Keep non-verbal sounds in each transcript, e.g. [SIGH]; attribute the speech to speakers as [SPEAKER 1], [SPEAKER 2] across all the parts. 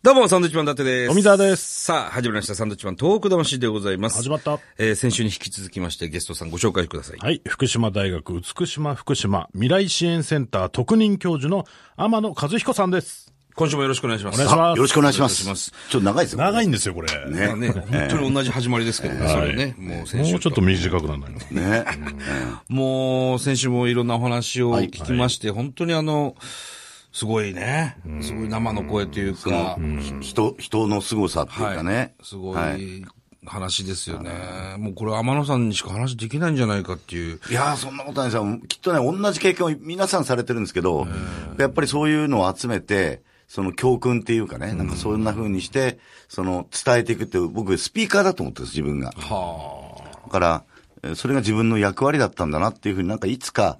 [SPEAKER 1] どうも、サンドウィッチマン伊達です。
[SPEAKER 2] 富澤です。
[SPEAKER 1] さあ、始まりました。サンドウィッチマントーク魂でございます。
[SPEAKER 2] 始まった
[SPEAKER 1] えー先週に引き続きまして、ゲストさんご紹介ください。
[SPEAKER 2] はい。福島大学美島福島未来支援センター特任教授の天野和彦さんです。
[SPEAKER 1] 今週もよろしくお願いします。
[SPEAKER 2] お願いします
[SPEAKER 3] よろしくお願いします。
[SPEAKER 1] お願いし
[SPEAKER 3] ちょっと長いですよ。
[SPEAKER 2] 長いんですよ、これ。ね。
[SPEAKER 1] まあね、本当に同じ始まりですけどね、それね。もう先
[SPEAKER 2] も
[SPEAKER 1] 週
[SPEAKER 2] うちょっと短くならないの
[SPEAKER 3] ね。
[SPEAKER 1] もう、先週もいろんなお話を聞きまして、本当にあの、すごいね。すごい生の声というか、
[SPEAKER 3] 人、人の凄さっていうかね。
[SPEAKER 1] すご
[SPEAKER 3] はい
[SPEAKER 1] い話ですよね。もうこれ天野さんにしか話できないんじゃないかっていう。
[SPEAKER 3] いやー、そんなことないですよ。きっとね、同じ経験を皆さんされてるんですけど、やっぱりそういうのを集めて、その教訓っていうかね、なんかそんな風にして、その伝えていくって、僕スピーカーだと思ってるんです、自分が。だから、えーそれが自分の役割だったんだなっていうふうになんかいつか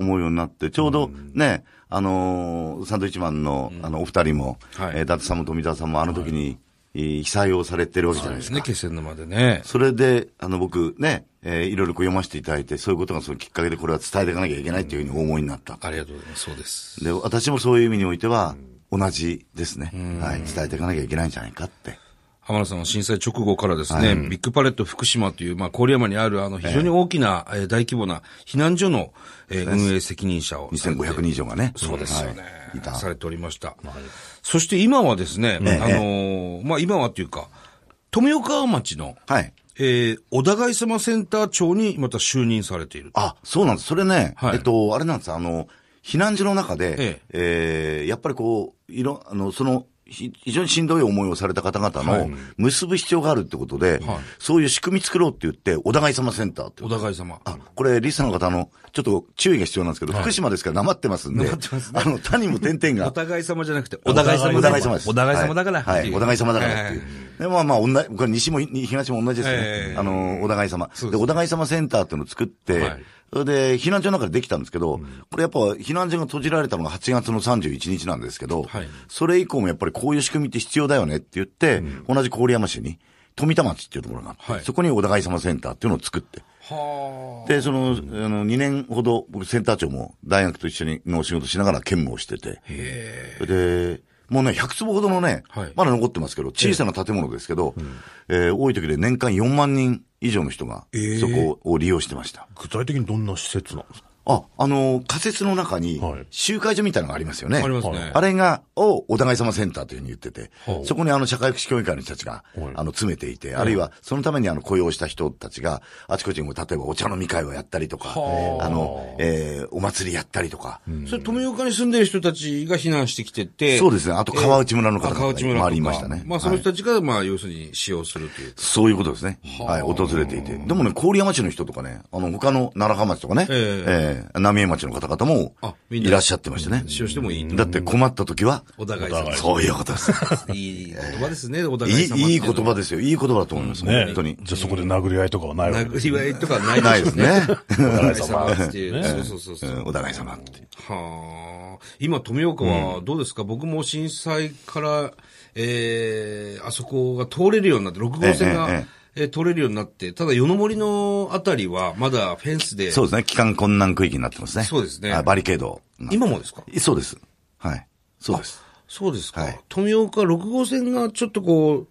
[SPEAKER 3] 思うようになって、ちょうどね、あのーサンドウィッチマンの、あの、お二人も、
[SPEAKER 1] はい
[SPEAKER 3] えー伊達さんも富澤さんもあの時に、えー被災をされてるわけじゃないですか
[SPEAKER 1] ね、。気仙沼でね。
[SPEAKER 3] それで、あの、僕ね、えーいろいろこう読ませていただいて、そういうことがそのきっかけでこれは伝えていかなきゃいけないっていうふうにお思いになった。
[SPEAKER 1] ありがとうございます。そうです。
[SPEAKER 3] で、私もそういう意味においては、同じですね。はい。伝えていかなきゃいけないんじゃないかって。
[SPEAKER 1] 浜田さんは震災直後からですね、ビッグパレット福島という、まあ、郡山にある、あの、非常に大きな、えー大規模な避難所の、えー運営責任者をされて。
[SPEAKER 3] 2500人以上がね。
[SPEAKER 1] そうですよね。
[SPEAKER 3] はいいた。
[SPEAKER 1] されておりました。そして今はですね、
[SPEAKER 3] ええ
[SPEAKER 1] あのーまあ、今はというか、富岡町の、
[SPEAKER 3] はい。
[SPEAKER 1] えー、小田貝様センター長にまた就任されている。
[SPEAKER 3] あ、そうなんです。それね、
[SPEAKER 1] はい
[SPEAKER 3] えっと、あれなんです。あの、避難所の中で、
[SPEAKER 1] え
[SPEAKER 3] えーやっぱりこう、いろ、あの、その、ひ非常にしんどい思いをされた方々
[SPEAKER 1] はい
[SPEAKER 3] の結ぶ必要があるってことで、
[SPEAKER 1] はい
[SPEAKER 3] そういう仕組み作ろうって言って、お互い様センターって
[SPEAKER 1] 小。田貝様。
[SPEAKER 3] あ、これ、リスナーの方、あの、ちょっと注意が必要なんですけど、福島ですから、なまってますんで、あの、谷も点々
[SPEAKER 1] お
[SPEAKER 3] が、
[SPEAKER 1] 互い様じゃなくて、お
[SPEAKER 3] お
[SPEAKER 1] 互
[SPEAKER 3] 互
[SPEAKER 1] い様
[SPEAKER 3] い様
[SPEAKER 1] だ
[SPEAKER 3] だ
[SPEAKER 1] か。
[SPEAKER 3] からら。
[SPEAKER 1] お互い様だから。
[SPEAKER 3] はい。はいお互い様だからっていう
[SPEAKER 1] は。
[SPEAKER 3] で、まあまあ、同じ、これ西も東も同じです
[SPEAKER 1] え
[SPEAKER 3] ね。
[SPEAKER 1] え
[SPEAKER 3] あの、お互い様。
[SPEAKER 1] そう
[SPEAKER 3] で、
[SPEAKER 1] です
[SPEAKER 3] お互い様センターっていうのを作って
[SPEAKER 1] はい、
[SPEAKER 3] それで、避難所の中でできたんですけど、これやっぱ、避難所が閉じられたのが8月の31日なんですけど
[SPEAKER 1] はい、
[SPEAKER 3] それ以降もやっぱりこういう仕組みって必要だよねって言って、同じ郡山市に、富田町っていうところがあ
[SPEAKER 1] は
[SPEAKER 3] っ
[SPEAKER 1] い
[SPEAKER 3] て、そこにお互い様センターっていうのを作って、
[SPEAKER 1] は
[SPEAKER 3] で、その、あの、2年ほど、僕、センター長も大学と一緒にの仕事しながら兼務をしてて。で、もうね、100坪ほどのね、
[SPEAKER 1] はい
[SPEAKER 3] まだ残ってますけど、小さな建物ですけど、えー多い時で年間4万人以上の人が、そこを利用してました。
[SPEAKER 2] 具体的にどんな施設なんですか
[SPEAKER 3] あ、あの、仮設の中に
[SPEAKER 2] はい、
[SPEAKER 3] 集会所みたいなのがありますよね。
[SPEAKER 1] ありますね
[SPEAKER 3] あれが、を、お互い様センターというふうに言ってて、そこにあの、社会福祉協議会の人たちが、あの、詰めていて、あるいは、そのためにあの、雇用した人たちが、あちこちにも、例えばお茶飲み会をやったりとか、あの、えーお祭りやったりとか、
[SPEAKER 1] あ。それ、富岡に住んでる人たちが避難してきてて。
[SPEAKER 3] そうですねあと川内村の方
[SPEAKER 1] えー
[SPEAKER 3] 々
[SPEAKER 1] あ川内村とか
[SPEAKER 3] 周りいましたね
[SPEAKER 1] まあ、その人たちが、まあ、要するに使用するという。
[SPEAKER 3] そういうことですね。はい、訪れていて。でもね、郡山市の人とかね、あの、他の奈良浜町とかね、
[SPEAKER 1] え
[SPEAKER 3] えー浪江町の方々も
[SPEAKER 1] あ、みんない
[SPEAKER 3] らっしゃってましたね。
[SPEAKER 1] 使用してもいいと
[SPEAKER 3] だって困った時は、
[SPEAKER 1] お互い様。
[SPEAKER 3] そういうこ
[SPEAKER 1] [LAUGHS]
[SPEAKER 3] とです。
[SPEAKER 1] いい言葉です
[SPEAKER 3] [LAUGHS]
[SPEAKER 1] ね、お
[SPEAKER 3] い
[SPEAKER 1] 互い様って
[SPEAKER 3] い、いいう
[SPEAKER 1] の
[SPEAKER 3] 言
[SPEAKER 1] は
[SPEAKER 3] 葉ですよ。いい言葉だと思います。
[SPEAKER 2] ね
[SPEAKER 3] 本
[SPEAKER 1] [LAUGHS]
[SPEAKER 3] 当に。
[SPEAKER 2] じゃあそこで殴り合いとかはないわけ
[SPEAKER 1] 殴り合いとかない
[SPEAKER 3] ない
[SPEAKER 1] [LAUGHS]
[SPEAKER 3] ですね。
[SPEAKER 1] お互い様っていう。そうそうそうそう
[SPEAKER 3] う。んお互い様っていう。
[SPEAKER 1] はあ。今、富岡はどうですか、僕も震災から、えー、あそこが通れるようになって、6号線が、え
[SPEAKER 3] ええええ
[SPEAKER 1] ー通れるようになって、ただ、夜の森のあたりは、まだフェンスで、
[SPEAKER 3] そうですね。帰還困難区域になってますね。
[SPEAKER 1] そうですね
[SPEAKER 3] あバリケード。
[SPEAKER 1] 今もですか
[SPEAKER 3] そうです。はい。そうです。
[SPEAKER 1] そうですか。
[SPEAKER 3] はい
[SPEAKER 1] 富岡6号線がちょっとこう、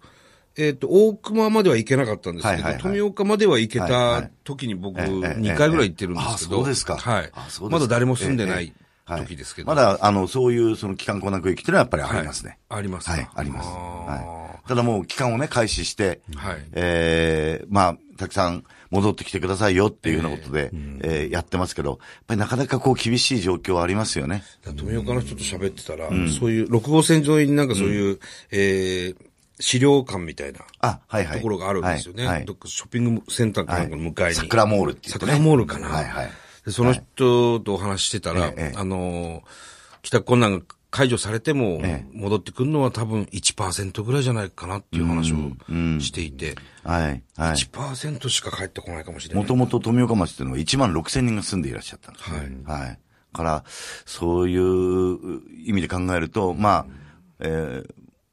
[SPEAKER 1] えっ、と、大熊までは行けなかったんですけど、
[SPEAKER 3] はいはいはい
[SPEAKER 1] 富岡までは行け
[SPEAKER 3] はいは
[SPEAKER 1] た
[SPEAKER 3] い
[SPEAKER 1] 時に僕、
[SPEAKER 3] ええええ
[SPEAKER 1] 2回ぐらい行ってるんですけど、
[SPEAKER 3] あそうですか
[SPEAKER 1] はい
[SPEAKER 3] あそうですか
[SPEAKER 1] まだ誰も住んでな
[SPEAKER 3] え
[SPEAKER 1] い時ですけど。
[SPEAKER 3] まだ、あの、そういう、その、帰還困難区域っていうのはやっぱりありますね。
[SPEAKER 1] はいありますか
[SPEAKER 3] はい、あります。
[SPEAKER 1] あー
[SPEAKER 3] はい。ただもう、期間をね、開始して、
[SPEAKER 1] はい
[SPEAKER 3] えーまあ、たくさん戻ってきてくださいよっていうようなことで、えーやってますけど、やっぱりなかなかこう、厳しい状況はありますよね。
[SPEAKER 1] だから富岡の人と喋ってたら、そういう、6号線沿いになんかそういう、えー資料館みたいな
[SPEAKER 3] あ、はいはい。
[SPEAKER 1] ところがあるんですよね。
[SPEAKER 3] はいはい
[SPEAKER 1] どっかショッピングセンターかなんかの向かいに。
[SPEAKER 3] 桜モールっていう
[SPEAKER 1] 桜モールかな。
[SPEAKER 3] はいはい。
[SPEAKER 1] でその人とお話ししてたら、
[SPEAKER 3] ええ
[SPEAKER 1] あのー、帰宅困難が解除されても
[SPEAKER 3] ええ、
[SPEAKER 1] 戻ってくるのは多分1%ぐらいじゃないかなっていう話をしていて、
[SPEAKER 3] はい、はい。
[SPEAKER 1] 1%しか返ってこないかもしれな
[SPEAKER 3] も
[SPEAKER 1] い。
[SPEAKER 3] ともと富岡町っていうのは1万6千人が住んでいらっしゃったんです、はい。はい。から、そういう意味で考えると、まあ、えー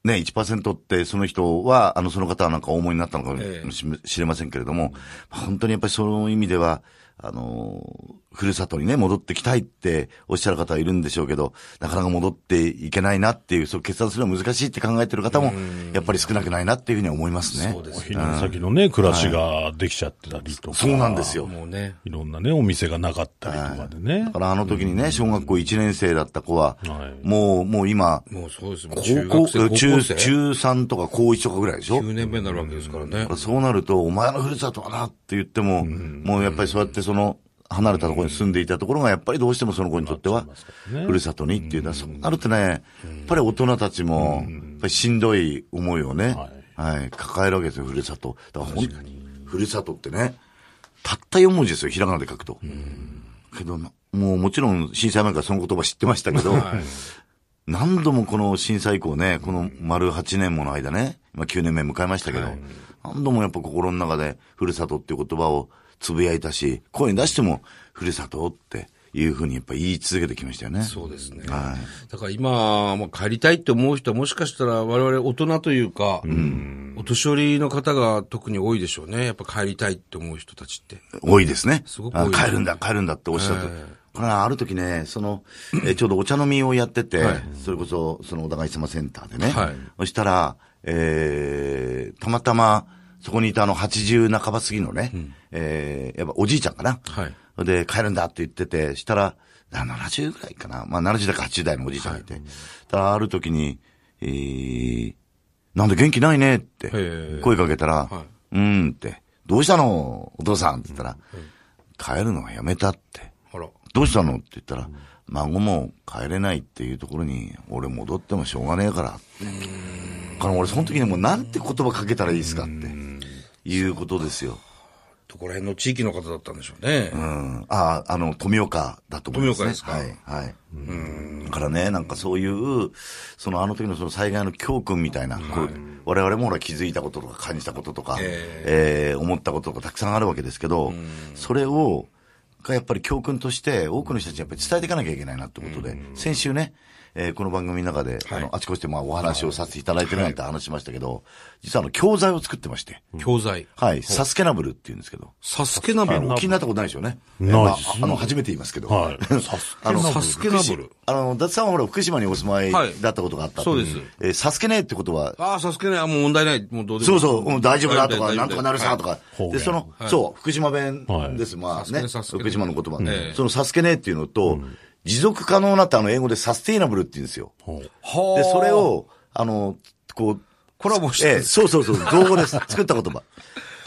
[SPEAKER 3] ね、1%ってその人は、あの、その方はなんかお思いになったのかもしれませんけれども、本当にやっぱりその意味では、あのー、ふるさとにね、戻ってきたいっておっしゃる方いるんでしょうけど、なかなか戻っていけないなっていう、そう決断するのは難しいって考えてる方も、やっぱり少なくないなっていうふうには思いますね。
[SPEAKER 1] そうです
[SPEAKER 2] 避難先のね、暮らしができちゃってたりとか。
[SPEAKER 3] そうなんですよ。
[SPEAKER 1] もうね。
[SPEAKER 2] いろんなね、お店がなかったりとかでね
[SPEAKER 3] だか。らあの時にね、小学校1年生だった子は、
[SPEAKER 2] はい
[SPEAKER 3] もう、もう今、
[SPEAKER 1] もうそうですもん。中
[SPEAKER 3] 高
[SPEAKER 1] 学
[SPEAKER 3] 校、
[SPEAKER 1] 生、高
[SPEAKER 3] 中、
[SPEAKER 1] 校
[SPEAKER 3] 中
[SPEAKER 1] 生。
[SPEAKER 3] 3とか高1とかぐらいでしょ
[SPEAKER 1] 9年目になるわけですからね
[SPEAKER 3] だか。らそうなると、お前のふるさとはなって言っても、もうやっぱりそうやってその、離れたところに住んでいたところが、やっぱりどうしてもその子にとっては、ふるさとにっていうのは、そうなるとね、やっぱり大人たちも、やっぱりしんどい思いをね、はい、抱えるわけですよ、ふるさと。だからほん、ふるさとってね、たった4文字ですよ、ひらがなで書くと。けどな、もうもちろん震災前からその言葉知ってましたけど、何度もこの震災以降ね、この丸8年もの間ね、今9年目迎えましたけど、何度もやっぱ心の中で、ふるさとっていう言葉をつぶやいたし、声に出しても、ふるさとっていうふうにやっぱ言い続けてきましたよね。
[SPEAKER 1] そうですね。
[SPEAKER 3] は
[SPEAKER 1] だから今、もう帰りたいって思う人はもしかしたら我々大人というか、お年寄りの方が特に多いでしょうね。やっぱ帰りたいって思う人たちって。
[SPEAKER 3] 多いですね。
[SPEAKER 1] すごく多い
[SPEAKER 3] あ帰るんだ、帰るんだっておっしゃって。これはある時ね、その、えーちょうどお茶飲みをやってて、
[SPEAKER 1] はい
[SPEAKER 3] それこそ、そのお互い様センターでね。
[SPEAKER 1] はい
[SPEAKER 3] そしたら、えーたまたま、そこにいたあの、80半ば過ぎのね、えーやっぱおじいちゃんかな。
[SPEAKER 1] はい
[SPEAKER 3] で、帰るんだって言ってて、したら、あ70ぐらいかな。まあ、70代か80代のおじいちゃんがいて。たら、ある時に、えーなんで元気ないねって
[SPEAKER 1] へえ、
[SPEAKER 3] 声かけたら、
[SPEAKER 1] は
[SPEAKER 3] うーんって、どうしたのお父さんって言ったら、帰るのはやめたって。
[SPEAKER 1] ほら。
[SPEAKER 3] どうしたのって言ったら、孫も帰れないっていうところに、俺戻ってもしょうがねえから。だから俺その時にもうなんて言葉かけたらいいですかって、いうことですよ。
[SPEAKER 1] どこら辺の地域の方だったんでしょうね。
[SPEAKER 3] うん。ああ、あの、富岡だと思います、
[SPEAKER 1] 富岡
[SPEAKER 3] ね。
[SPEAKER 1] です
[SPEAKER 3] か。はい。はい。だからね、なんかそういう、そのあの時のその災害の教訓みたいな、こう我々もほら気づいたこととか感じたこととか、えー思ったこととかたくさんあるわけですけど、それを、がやっぱり教訓として多くの人たちにやっぱり伝えていかなきゃいけないなってことで、先週ね、えーこの番組の中で、あの、あちこちでまあお話をさせていただいてるなんて話しましたけど、実はあの、教材を作ってまして、
[SPEAKER 1] 教材。
[SPEAKER 3] はい、サスケナブルって言うんですけど、
[SPEAKER 1] サスケナブル。
[SPEAKER 3] お気になったことないでしょうね。
[SPEAKER 2] ない
[SPEAKER 3] あ
[SPEAKER 2] です
[SPEAKER 3] あの、初めて言いますけど。
[SPEAKER 2] はい。
[SPEAKER 3] [LAUGHS]
[SPEAKER 2] さす
[SPEAKER 3] あの、
[SPEAKER 1] サスケナブル。
[SPEAKER 3] あの、伊達さんはほら、福島にお住まい
[SPEAKER 1] はい
[SPEAKER 3] だったことがあったって
[SPEAKER 1] そうです
[SPEAKER 3] えーサスケねってことは、
[SPEAKER 1] ああ、サスケね、あもう問題ない。もうどうで
[SPEAKER 3] そ
[SPEAKER 1] も
[SPEAKER 3] うそう、うん大丈夫だと
[SPEAKER 1] 大丈
[SPEAKER 3] か、
[SPEAKER 1] 夫
[SPEAKER 3] なんとかなるさとか
[SPEAKER 2] 方。言
[SPEAKER 3] で、その、そう、福島弁です。まあね、
[SPEAKER 1] サスケね
[SPEAKER 3] 福島の言葉
[SPEAKER 1] ええ
[SPEAKER 3] そのサスケねっていうのと、持続可能なってあの、英語でサステイナブルって言うんですよ。
[SPEAKER 1] はあ。
[SPEAKER 3] で、それを、あの、こう、
[SPEAKER 1] コラボして
[SPEAKER 3] ええ、そうそうそう、造語です。 [LAUGHS] 作った言葉。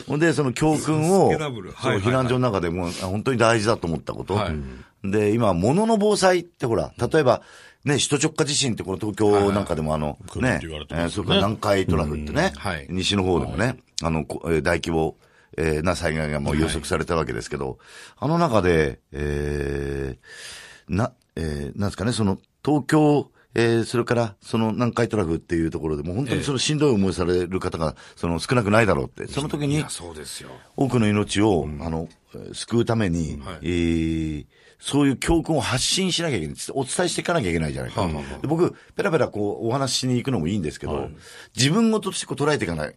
[SPEAKER 3] ほんで、その教訓
[SPEAKER 1] ス
[SPEAKER 3] を、そう
[SPEAKER 1] ケナブルはいはいはい
[SPEAKER 3] 避難所の中でもうあ本当に大事だと思ったこと。
[SPEAKER 1] はい
[SPEAKER 3] で、今、物の防災ってほら、例えば、ね、首都直下地震ってこの東京なんかでもあの、
[SPEAKER 2] 来るっ
[SPEAKER 3] ね
[SPEAKER 2] て言われ、て
[SPEAKER 3] え
[SPEAKER 2] ま
[SPEAKER 3] ー
[SPEAKER 2] す
[SPEAKER 3] そ
[SPEAKER 2] よ
[SPEAKER 3] れ
[SPEAKER 2] ね
[SPEAKER 3] から南海トラフってね
[SPEAKER 1] はい、
[SPEAKER 3] 西の方でもね、あの、こえー大規模、えーな災害がもう予測されたわけですけど、あの中で、えーな、えーなんですかね、その、東京、えーそれから、その南海トラフっていうところでも、本当にそのしんどい思いされる方が、その少なくないだろうって、その時
[SPEAKER 1] い
[SPEAKER 3] に
[SPEAKER 1] や、そうですよ。
[SPEAKER 3] 多くの命を、あの、えー救うために、
[SPEAKER 1] はい
[SPEAKER 3] えーそういう教訓を発信しなきゃいけない。つお伝えしていかなきゃいけないじゃないか。
[SPEAKER 1] はあはあはあ
[SPEAKER 3] で僕、ペラペラこう、お話ししに行くのもいいんですけど、自分ごとしてこう捉えていかない、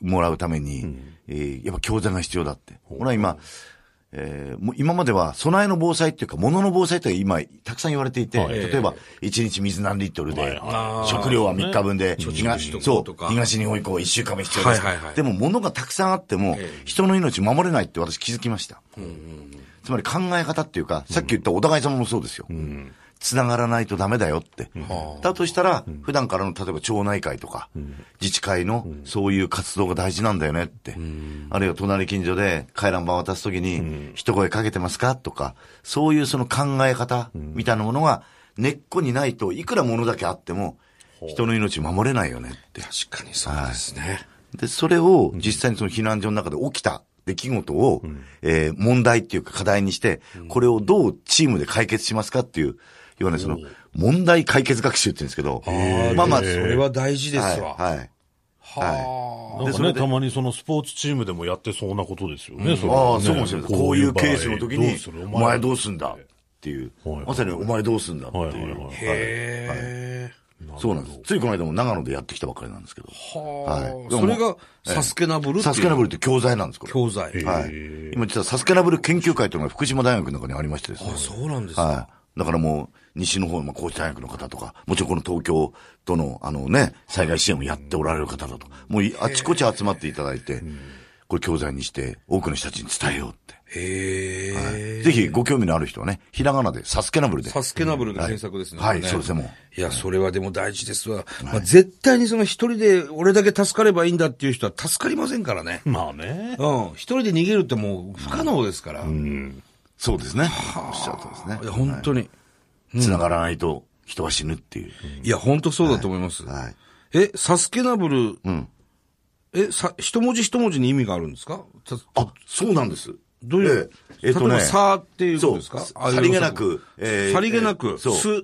[SPEAKER 3] もらうために、えーやっぱ教材が必要だって。ほら今、えーもう今までは備えの防災っていうか、物の防災って今、たくさん言われていて、例えば、1日水何リットルで、食料は3日分で、東
[SPEAKER 1] しとこ
[SPEAKER 3] そう
[SPEAKER 1] とか
[SPEAKER 3] う東日本以降1週間も必要です。
[SPEAKER 1] はいはいはい
[SPEAKER 3] でも物がたくさんあっても、人の命守れないって私気づきました。つまり考え方っていうか、さっき言ったお互い様もそうですよ。つながらないとダメだよって。だとしたら、普段からの、例えば町内会とか、自治会のそういう活動が大事なんだよねって。あるいは隣近所で回覧板渡すときに、一声かけてますかとか、そういうその考え方みたいなものが根っこにないといくら物だけあっても、人の命守れないよねって。
[SPEAKER 1] 確かにそうですね。
[SPEAKER 3] で、それを実際にその避難所の中で起きた出来事を、えー問題っていうか課題にして、これをどうチームで解決しますかっていう、いわゆるその、問題解決学習って言うんですけど、まあまあ、そ
[SPEAKER 1] それは大事ですわ。
[SPEAKER 3] はい。はい
[SPEAKER 1] は
[SPEAKER 2] なんかね、たまにそのスポーツチームでもやってそうなことですよね、それはね
[SPEAKER 3] ああ、そうかもしれない。こういうケースの時
[SPEAKER 2] どうする
[SPEAKER 3] に、お前どう
[SPEAKER 2] す
[SPEAKER 3] すんだっていう
[SPEAKER 2] はいは、い
[SPEAKER 3] まさにお前どうすんだって
[SPEAKER 2] はいはいいうはい。
[SPEAKER 1] あ。へえ。
[SPEAKER 3] そうなんです。ついこの間も長野でやってきたばっかりなんですけど。
[SPEAKER 1] はあ。それが、サスケナブルっていう
[SPEAKER 3] サスケナブルって教材なんです、これ。
[SPEAKER 1] 教材。
[SPEAKER 3] はい。今実はサスケナブル研究会というのが福島大学の中にありましてですね
[SPEAKER 1] あ。そうなんですね。
[SPEAKER 3] はい。だからもう、西の方、まあ、高知大学の方とか、もちろんこの東京との、あのね、災害支援をやっておられる方だとか、もういあちこち集まっていただいて、これ教材にして、多くの人たちに伝えようって。
[SPEAKER 1] へえ。
[SPEAKER 3] ぜひご興味のある人はね、ひらがなで、サスケナブルで。
[SPEAKER 1] サスケナブルの検索ですね。
[SPEAKER 3] はい
[SPEAKER 1] これ
[SPEAKER 3] そうですねも
[SPEAKER 1] いや、それはでも大事ですわ。まあ、絶対にその一人で俺だけ助かればいいんだっていう人は助かりませんから
[SPEAKER 3] [LAUGHS]
[SPEAKER 1] ね。
[SPEAKER 2] まあね。
[SPEAKER 1] うん。一人で逃げるってもう不可能ですから。い
[SPEAKER 3] そうですね。おっしゃるとですね。
[SPEAKER 1] や、本当に。
[SPEAKER 3] つながらないと人は死ぬっていう。
[SPEAKER 1] いや、本当そうだと思います。
[SPEAKER 3] はい。
[SPEAKER 1] え、サスケナブル、え、さ、一文字一文字に意味があるんですかさ
[SPEAKER 3] あ、そうなんです。
[SPEAKER 1] どういう、
[SPEAKER 3] えええっと
[SPEAKER 1] 例え
[SPEAKER 3] ね。
[SPEAKER 1] ば、さーっていうことですか
[SPEAKER 3] そう
[SPEAKER 1] ああいう
[SPEAKER 3] さりげなく。えー
[SPEAKER 1] さりげなく、
[SPEAKER 3] えーそう
[SPEAKER 1] す、。
[SPEAKER 3] えー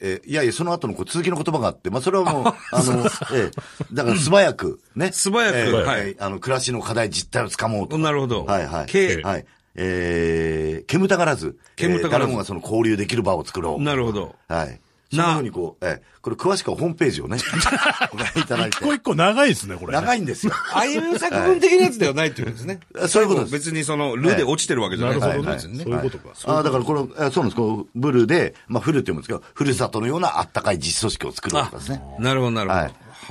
[SPEAKER 3] えーいやいや、その後のこう続きの言葉があって、まあ、それは
[SPEAKER 1] [LAUGHS]
[SPEAKER 3] もう、あの、えーだから素早く、ね。
[SPEAKER 1] 素早く
[SPEAKER 3] えー
[SPEAKER 1] はい
[SPEAKER 3] えーあの、暮らしの課題、実態をつかもうと。
[SPEAKER 1] なるほど
[SPEAKER 3] はいはい。
[SPEAKER 1] け
[SPEAKER 3] はい。えー、煙たがらず。
[SPEAKER 1] 煙たがらず
[SPEAKER 3] えー誰もがその交流できる場を作ろう。
[SPEAKER 1] なるほど。
[SPEAKER 3] はい。そん
[SPEAKER 1] な
[SPEAKER 3] なふうにこう、えーこれ詳しくはホームページをね、
[SPEAKER 1] [LAUGHS]
[SPEAKER 3] ご覧いただいて
[SPEAKER 2] 一。個一個長いですね、これ。
[SPEAKER 3] 長いんですよ。。
[SPEAKER 1] ああいう作文的なやつではないということですね
[SPEAKER 3] そういうことです
[SPEAKER 1] 別にその、ルで落ちてるわけじゃない
[SPEAKER 2] なるほど
[SPEAKER 1] ですね
[SPEAKER 2] ね。
[SPEAKER 3] はい
[SPEAKER 2] そう
[SPEAKER 1] 別にね
[SPEAKER 2] いうことか。
[SPEAKER 3] ああ、だからこれ、えそうなんです。こう、ブルで、まあ、フルって読むんですけど、ふるさとのようなあったかい実組織を作ろうとかですね。
[SPEAKER 1] なるほど、なるほど。は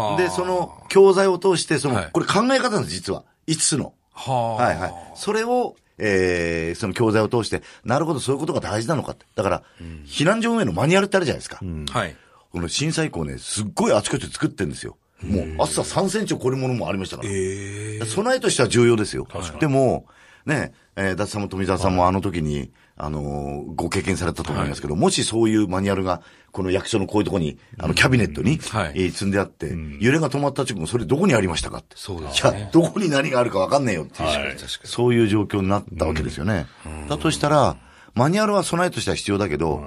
[SPEAKER 3] は
[SPEAKER 1] あ
[SPEAKER 3] い。で、そ、の教材を通して、その、
[SPEAKER 1] はい
[SPEAKER 3] これ考え方なんです、実は。5つの。
[SPEAKER 1] はあ
[SPEAKER 3] はいはい。それを、えー、その教材を通して、なるほど、そういうことが大事なのかって。だから、避難所運営のマニュアルってあるじゃないですか。
[SPEAKER 1] はい。
[SPEAKER 3] この震災以降ね、すっごいあちこちで作ってるんですよ。もう、厚さ3センチを超えるものもありましたから。備えとしては重要ですよ。でも、ね、えー、伊達さんも富澤さんもあの時に、あのーご経験されたと思いますけど、もしそういうマニュアルが、この役所のこういうとこに、あの、キャビネットに、
[SPEAKER 1] はい
[SPEAKER 3] えー積んであって、揺れが止まった直後、それどこにありましたかって。
[SPEAKER 1] そうです
[SPEAKER 3] いや、どこに何があるかわかんねえよっていう、そういう状況になったわけですよね。だとしたら、マニュアルは備えとしては必要だけど、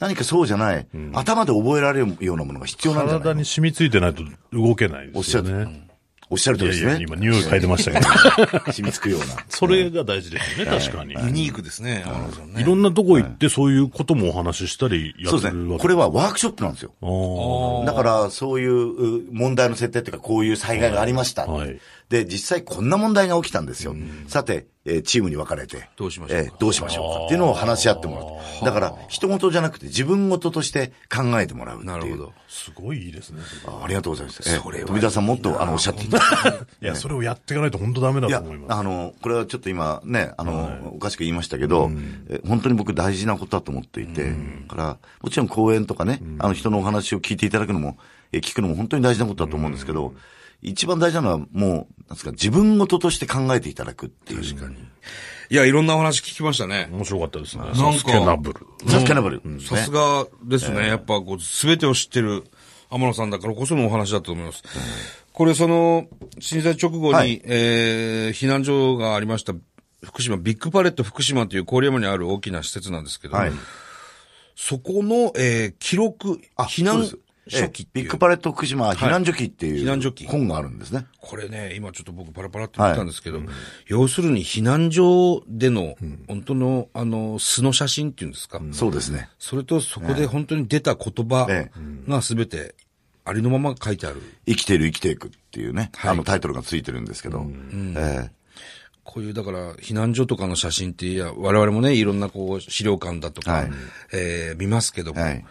[SPEAKER 3] 何かそうじゃない、頭で覚えられるようなものが必要なんじゃない
[SPEAKER 2] 体に染みついてないと動けない
[SPEAKER 3] お
[SPEAKER 2] で
[SPEAKER 3] っ
[SPEAKER 2] す
[SPEAKER 3] しゃ
[SPEAKER 2] よ
[SPEAKER 3] る、
[SPEAKER 2] ね。
[SPEAKER 3] おっしゃると
[SPEAKER 2] い
[SPEAKER 3] り
[SPEAKER 2] や
[SPEAKER 3] で
[SPEAKER 2] い
[SPEAKER 3] す
[SPEAKER 2] や、今。
[SPEAKER 3] ね
[SPEAKER 2] 匂い嗅いでましたけど。
[SPEAKER 3] 染みつくような。
[SPEAKER 2] それが大事ですよね、確かに。
[SPEAKER 1] ユニークですね、天野さんね。
[SPEAKER 2] いろんなとこ行ってそういうこともお話ししたりや
[SPEAKER 3] そう
[SPEAKER 2] って
[SPEAKER 3] です
[SPEAKER 2] る
[SPEAKER 3] ね。
[SPEAKER 2] わ
[SPEAKER 3] こ
[SPEAKER 2] け
[SPEAKER 3] れはワークショップなんですよ。
[SPEAKER 2] あー
[SPEAKER 3] だから、そういうう問題の設定っていうか、こういう災害がありました。
[SPEAKER 2] はい
[SPEAKER 3] で、実際こんな問題が起きたんですよ。さて、えーチームに分かれて。
[SPEAKER 1] どうしましょうか
[SPEAKER 3] えーどうしましょうかっていうのを話し合ってもらう。だから、人事じゃなくて自分事として考えてもらうっていう。
[SPEAKER 1] なるほど。
[SPEAKER 2] すごいいいですね。
[SPEAKER 3] あ。ありがとうございます。えー
[SPEAKER 1] それはいいな
[SPEAKER 3] 富田さんもっと、あの、おっしゃっていただきたい
[SPEAKER 2] いや、それをやっていかないと本当ダメだ
[SPEAKER 3] い
[SPEAKER 2] と
[SPEAKER 3] や
[SPEAKER 2] 思い、ます。
[SPEAKER 3] あの、これはちょっと今ね、あの、おかしく言いましたけど、え本当に僕大事なことだと思っていて、だから、もちろん講演とかね、あの人のお話を聞いていただくのも、え聞くのも本当に大事なことだと思うんですけど、一番大事なのはもう、なんですか、自分事として考えていただくっていう。確かに。
[SPEAKER 1] いや、いろんなお話聞きましたね。
[SPEAKER 2] 面白かったですね。
[SPEAKER 1] か
[SPEAKER 2] サスケナブル。
[SPEAKER 3] サスケナブル。ね
[SPEAKER 1] さすがですね。やっぱこう、すべてを知ってる天野さんだからこそのお話だと思います。これその、震災直後に、
[SPEAKER 3] はい
[SPEAKER 1] えー、避難所がありました、福島、ビッグパレット福島という郡山にある大きな施設なんですけど、
[SPEAKER 3] はい。
[SPEAKER 1] そこの、えー、記録、避難
[SPEAKER 3] そうです
[SPEAKER 1] 初期っ
[SPEAKER 3] え
[SPEAKER 1] て
[SPEAKER 3] ビ
[SPEAKER 1] い
[SPEAKER 3] ッ
[SPEAKER 1] う
[SPEAKER 3] グパレット福島避難所記っていう、
[SPEAKER 1] 避難所記
[SPEAKER 3] 本があるんですね。
[SPEAKER 1] これね、今ちょっと僕パラパラって見たんですけど、要するに避難所での、本当の、あの、素の写真っていうんですか、
[SPEAKER 3] そうですね。
[SPEAKER 1] それとそこで本当に出た言葉
[SPEAKER 3] え
[SPEAKER 1] が全てありのまま書いてある。
[SPEAKER 3] 生きている生きていくっていうね、あのタイトルがついてるんですけど、ええ
[SPEAKER 1] こういう、だから、避難所とかの写真って、いや、我々もね、いろんなこう、資料館だとか、
[SPEAKER 3] はい
[SPEAKER 1] えー見ますけども、
[SPEAKER 3] はい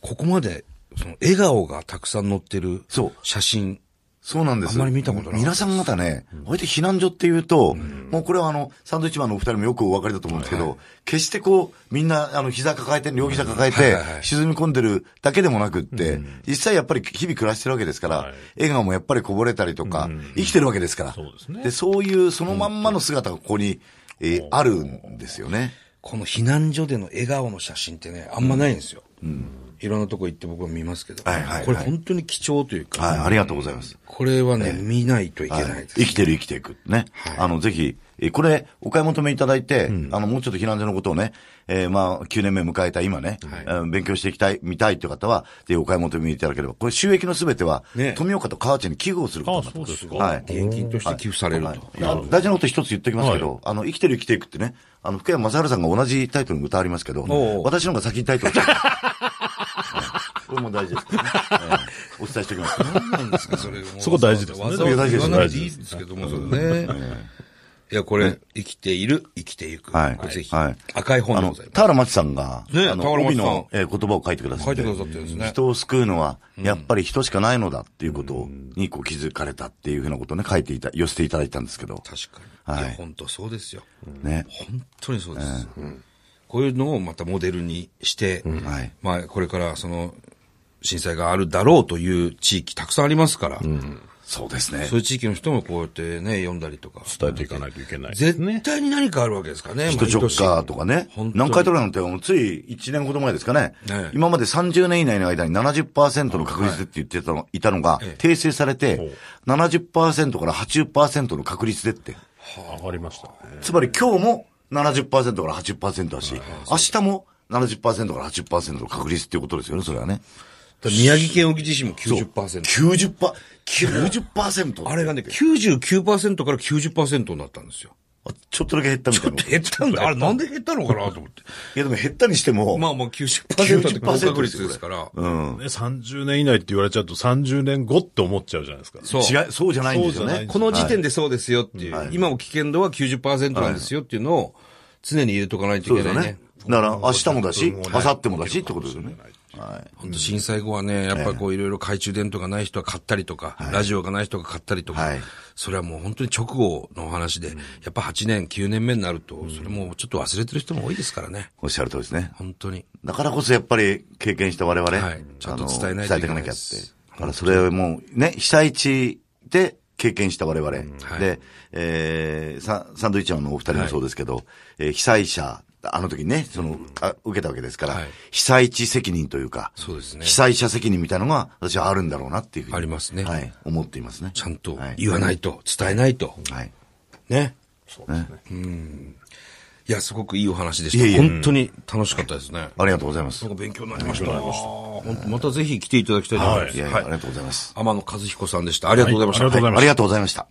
[SPEAKER 1] ここまで、その、笑顔がたくさん載ってる
[SPEAKER 3] そう、
[SPEAKER 1] 写真。
[SPEAKER 3] そうなんです。
[SPEAKER 1] あんまり見たことない
[SPEAKER 3] 皆さん方ね、こうやって避難所っていうと、もうこれはあの、サンドイッチマンのお二人もよくお分かりだと思うんですけど、決してこう、みんな、あの、膝抱えて、両膝抱えて
[SPEAKER 1] はいは、い
[SPEAKER 3] 沈み込んでるだけでもなくって、実際やっぱり日々暮らしてるわけですから、笑顔もやっぱりこぼれたりとか、生きてるわけですから。
[SPEAKER 2] そうですね
[SPEAKER 3] で、そういう、そのまんまの姿がここに、えーあるんですよね。
[SPEAKER 1] この避難所での笑顔の写真ってね、あんまないんですよ。いろんなとこ行って僕は見ますけど、
[SPEAKER 3] はいはいはい
[SPEAKER 1] これ本当に貴重というか、
[SPEAKER 3] はい、ありがとうございます。
[SPEAKER 1] これはね、見ないといけないです。
[SPEAKER 3] 生きてる生きていく。ね。あの、ぜひ、えーこれ、お買い求めいただいて、あの、もうちょっと避難所のことをね、えーまあ、9年目迎えた今ね、うん勉強していきたい、見たいという方は、ぜひお買い求めいただければ、これ収益のすべては、
[SPEAKER 1] ね
[SPEAKER 3] 富岡と河内に寄付をすることになってま
[SPEAKER 2] あそうですか
[SPEAKER 3] はい。
[SPEAKER 1] 現金として寄付されると。
[SPEAKER 3] はいあの大事なこと一つ言っておきますけど、あの、生きてる生きていくってね、あの、福山雅治さんが同じタイトルの歌ありますけど
[SPEAKER 1] おう、
[SPEAKER 3] 私の方が先にタイトルつけた。これも大事ですからね。ええお伝えしておきます。
[SPEAKER 1] 何なんですか、それ。
[SPEAKER 2] そこ大事ですね
[SPEAKER 1] わざわざ言わなくていいんですけども、それね。いや、これ、生きている、生きていく。
[SPEAKER 3] はい
[SPEAKER 1] これぜひ、
[SPEAKER 3] はい
[SPEAKER 1] 赤い本
[SPEAKER 3] あ
[SPEAKER 1] でご
[SPEAKER 3] の、
[SPEAKER 1] ざいます。
[SPEAKER 3] 田原町さんが、
[SPEAKER 1] ね
[SPEAKER 3] あの、
[SPEAKER 1] 田原町
[SPEAKER 3] 帯
[SPEAKER 1] さん
[SPEAKER 3] の、えー言葉を書いてくださ
[SPEAKER 1] 書
[SPEAKER 3] っ
[SPEAKER 1] い
[SPEAKER 3] て
[SPEAKER 1] てくださってるんですね
[SPEAKER 3] 人を救うのは、やっぱり人しかないのだっていうことにこう気づかれたっていうふうなことをね、書いていた、寄せていただいたんですけど、
[SPEAKER 1] 確か
[SPEAKER 3] は
[SPEAKER 1] に。
[SPEAKER 3] い
[SPEAKER 1] いや、本当そうですよ。
[SPEAKER 3] ね。
[SPEAKER 1] 本当にそうです。こういうのをまたモデルにして、
[SPEAKER 3] はい
[SPEAKER 1] まあ、これから、その、震災があるだろうという地域たくさんありますから、
[SPEAKER 3] そうですね
[SPEAKER 1] そう。いう地域の人もこうやってね、読んだりとか。
[SPEAKER 2] 伝えていかないといけないですね。
[SPEAKER 1] 絶対に何かあるわけですからね。
[SPEAKER 3] 人ジョッカーとかね
[SPEAKER 1] 本当。に
[SPEAKER 3] 南海トラフなんて、つい1年ほど前ですかね
[SPEAKER 1] ええ。
[SPEAKER 3] 今まで30年以内の間に70%の確率って言ってたの、いたのが
[SPEAKER 1] ええ、
[SPEAKER 3] 訂正されて、70%から80%の確率でって。
[SPEAKER 2] 上がりましたね。
[SPEAKER 3] つまり今日も70%から80%だし、明日も70%から80%の確率っていうことですよね、それはね。
[SPEAKER 1] だから宮城県沖地震も90%。
[SPEAKER 3] 90%、90%。
[SPEAKER 1] あれがね、99%から90%になったんですよ。
[SPEAKER 3] あ、ちょっとだけ減ったみたいな。い
[SPEAKER 1] 減ったんだ。あれなんで減ったのかなと思って。
[SPEAKER 3] やでも減ったにしても、
[SPEAKER 1] まあまあ90%って高確率ですから。
[SPEAKER 2] ね30年以内って言われちゃうと30年後って思っちゃうじゃないですか。
[SPEAKER 1] そう。
[SPEAKER 3] 違う、そうじゃないんですよ
[SPEAKER 2] そうじゃない
[SPEAKER 3] ね。
[SPEAKER 1] この時点でそうですよっていう。今も危険度は90%なんですよっていうのを常に入れとかないと
[SPEAKER 3] そ
[SPEAKER 1] いうけ
[SPEAKER 3] で
[SPEAKER 1] な
[SPEAKER 3] す
[SPEAKER 1] い
[SPEAKER 3] よ
[SPEAKER 1] ね
[SPEAKER 3] ね。。だから明日もだし、明後日もだしってことですよね。はい。
[SPEAKER 1] 本当震災後はね、やっぱこういろいろ懐中電灯がない人は買ったりとか、ラジオがない人が買ったりとか、
[SPEAKER 3] はい
[SPEAKER 1] それはもう本当に直後のお話で、やっぱ8年、9年目になると、それもうちょっと忘れてる人も多いですからね。
[SPEAKER 3] おっしゃるとりですね。
[SPEAKER 1] 本当に。
[SPEAKER 3] だからこそやっぱり経験した我々、
[SPEAKER 1] はいちゃんと伝えないと
[SPEAKER 3] と
[SPEAKER 1] い
[SPEAKER 3] い
[SPEAKER 1] け
[SPEAKER 3] け
[SPEAKER 1] な
[SPEAKER 3] ないき
[SPEAKER 1] で
[SPEAKER 3] ゃっ
[SPEAKER 1] す
[SPEAKER 3] て。だからそれもね、被災地で経験した我々、
[SPEAKER 1] はい
[SPEAKER 3] で、えーササンドイッチマンのお二人もそうですけど、えー被災者、あの時ね、その、あ受けたわけですから、
[SPEAKER 1] はい
[SPEAKER 3] 被災地責任というか、
[SPEAKER 1] そうですね
[SPEAKER 3] 被災者責任みたいなのが私はあるんだろうなっていうふうに。
[SPEAKER 1] ありますね
[SPEAKER 3] はい。思っていますね。。
[SPEAKER 1] ちゃんと言わないいと、伝えないと。
[SPEAKER 3] はい。
[SPEAKER 1] ね。
[SPEAKER 2] そうですね。
[SPEAKER 1] いや、すごくいいお話でした。
[SPEAKER 3] いえいえ
[SPEAKER 1] 本当に楽しかったですね。
[SPEAKER 3] ありがとうございます。
[SPEAKER 1] ないんか勉強になりました。本当またぜひ来ていただきたいと思います。
[SPEAKER 3] やいや、ありがとうございます。
[SPEAKER 1] 天野和彦さんでした。ありがとうございました。
[SPEAKER 2] はいありがとうございました
[SPEAKER 3] ありがとうございました。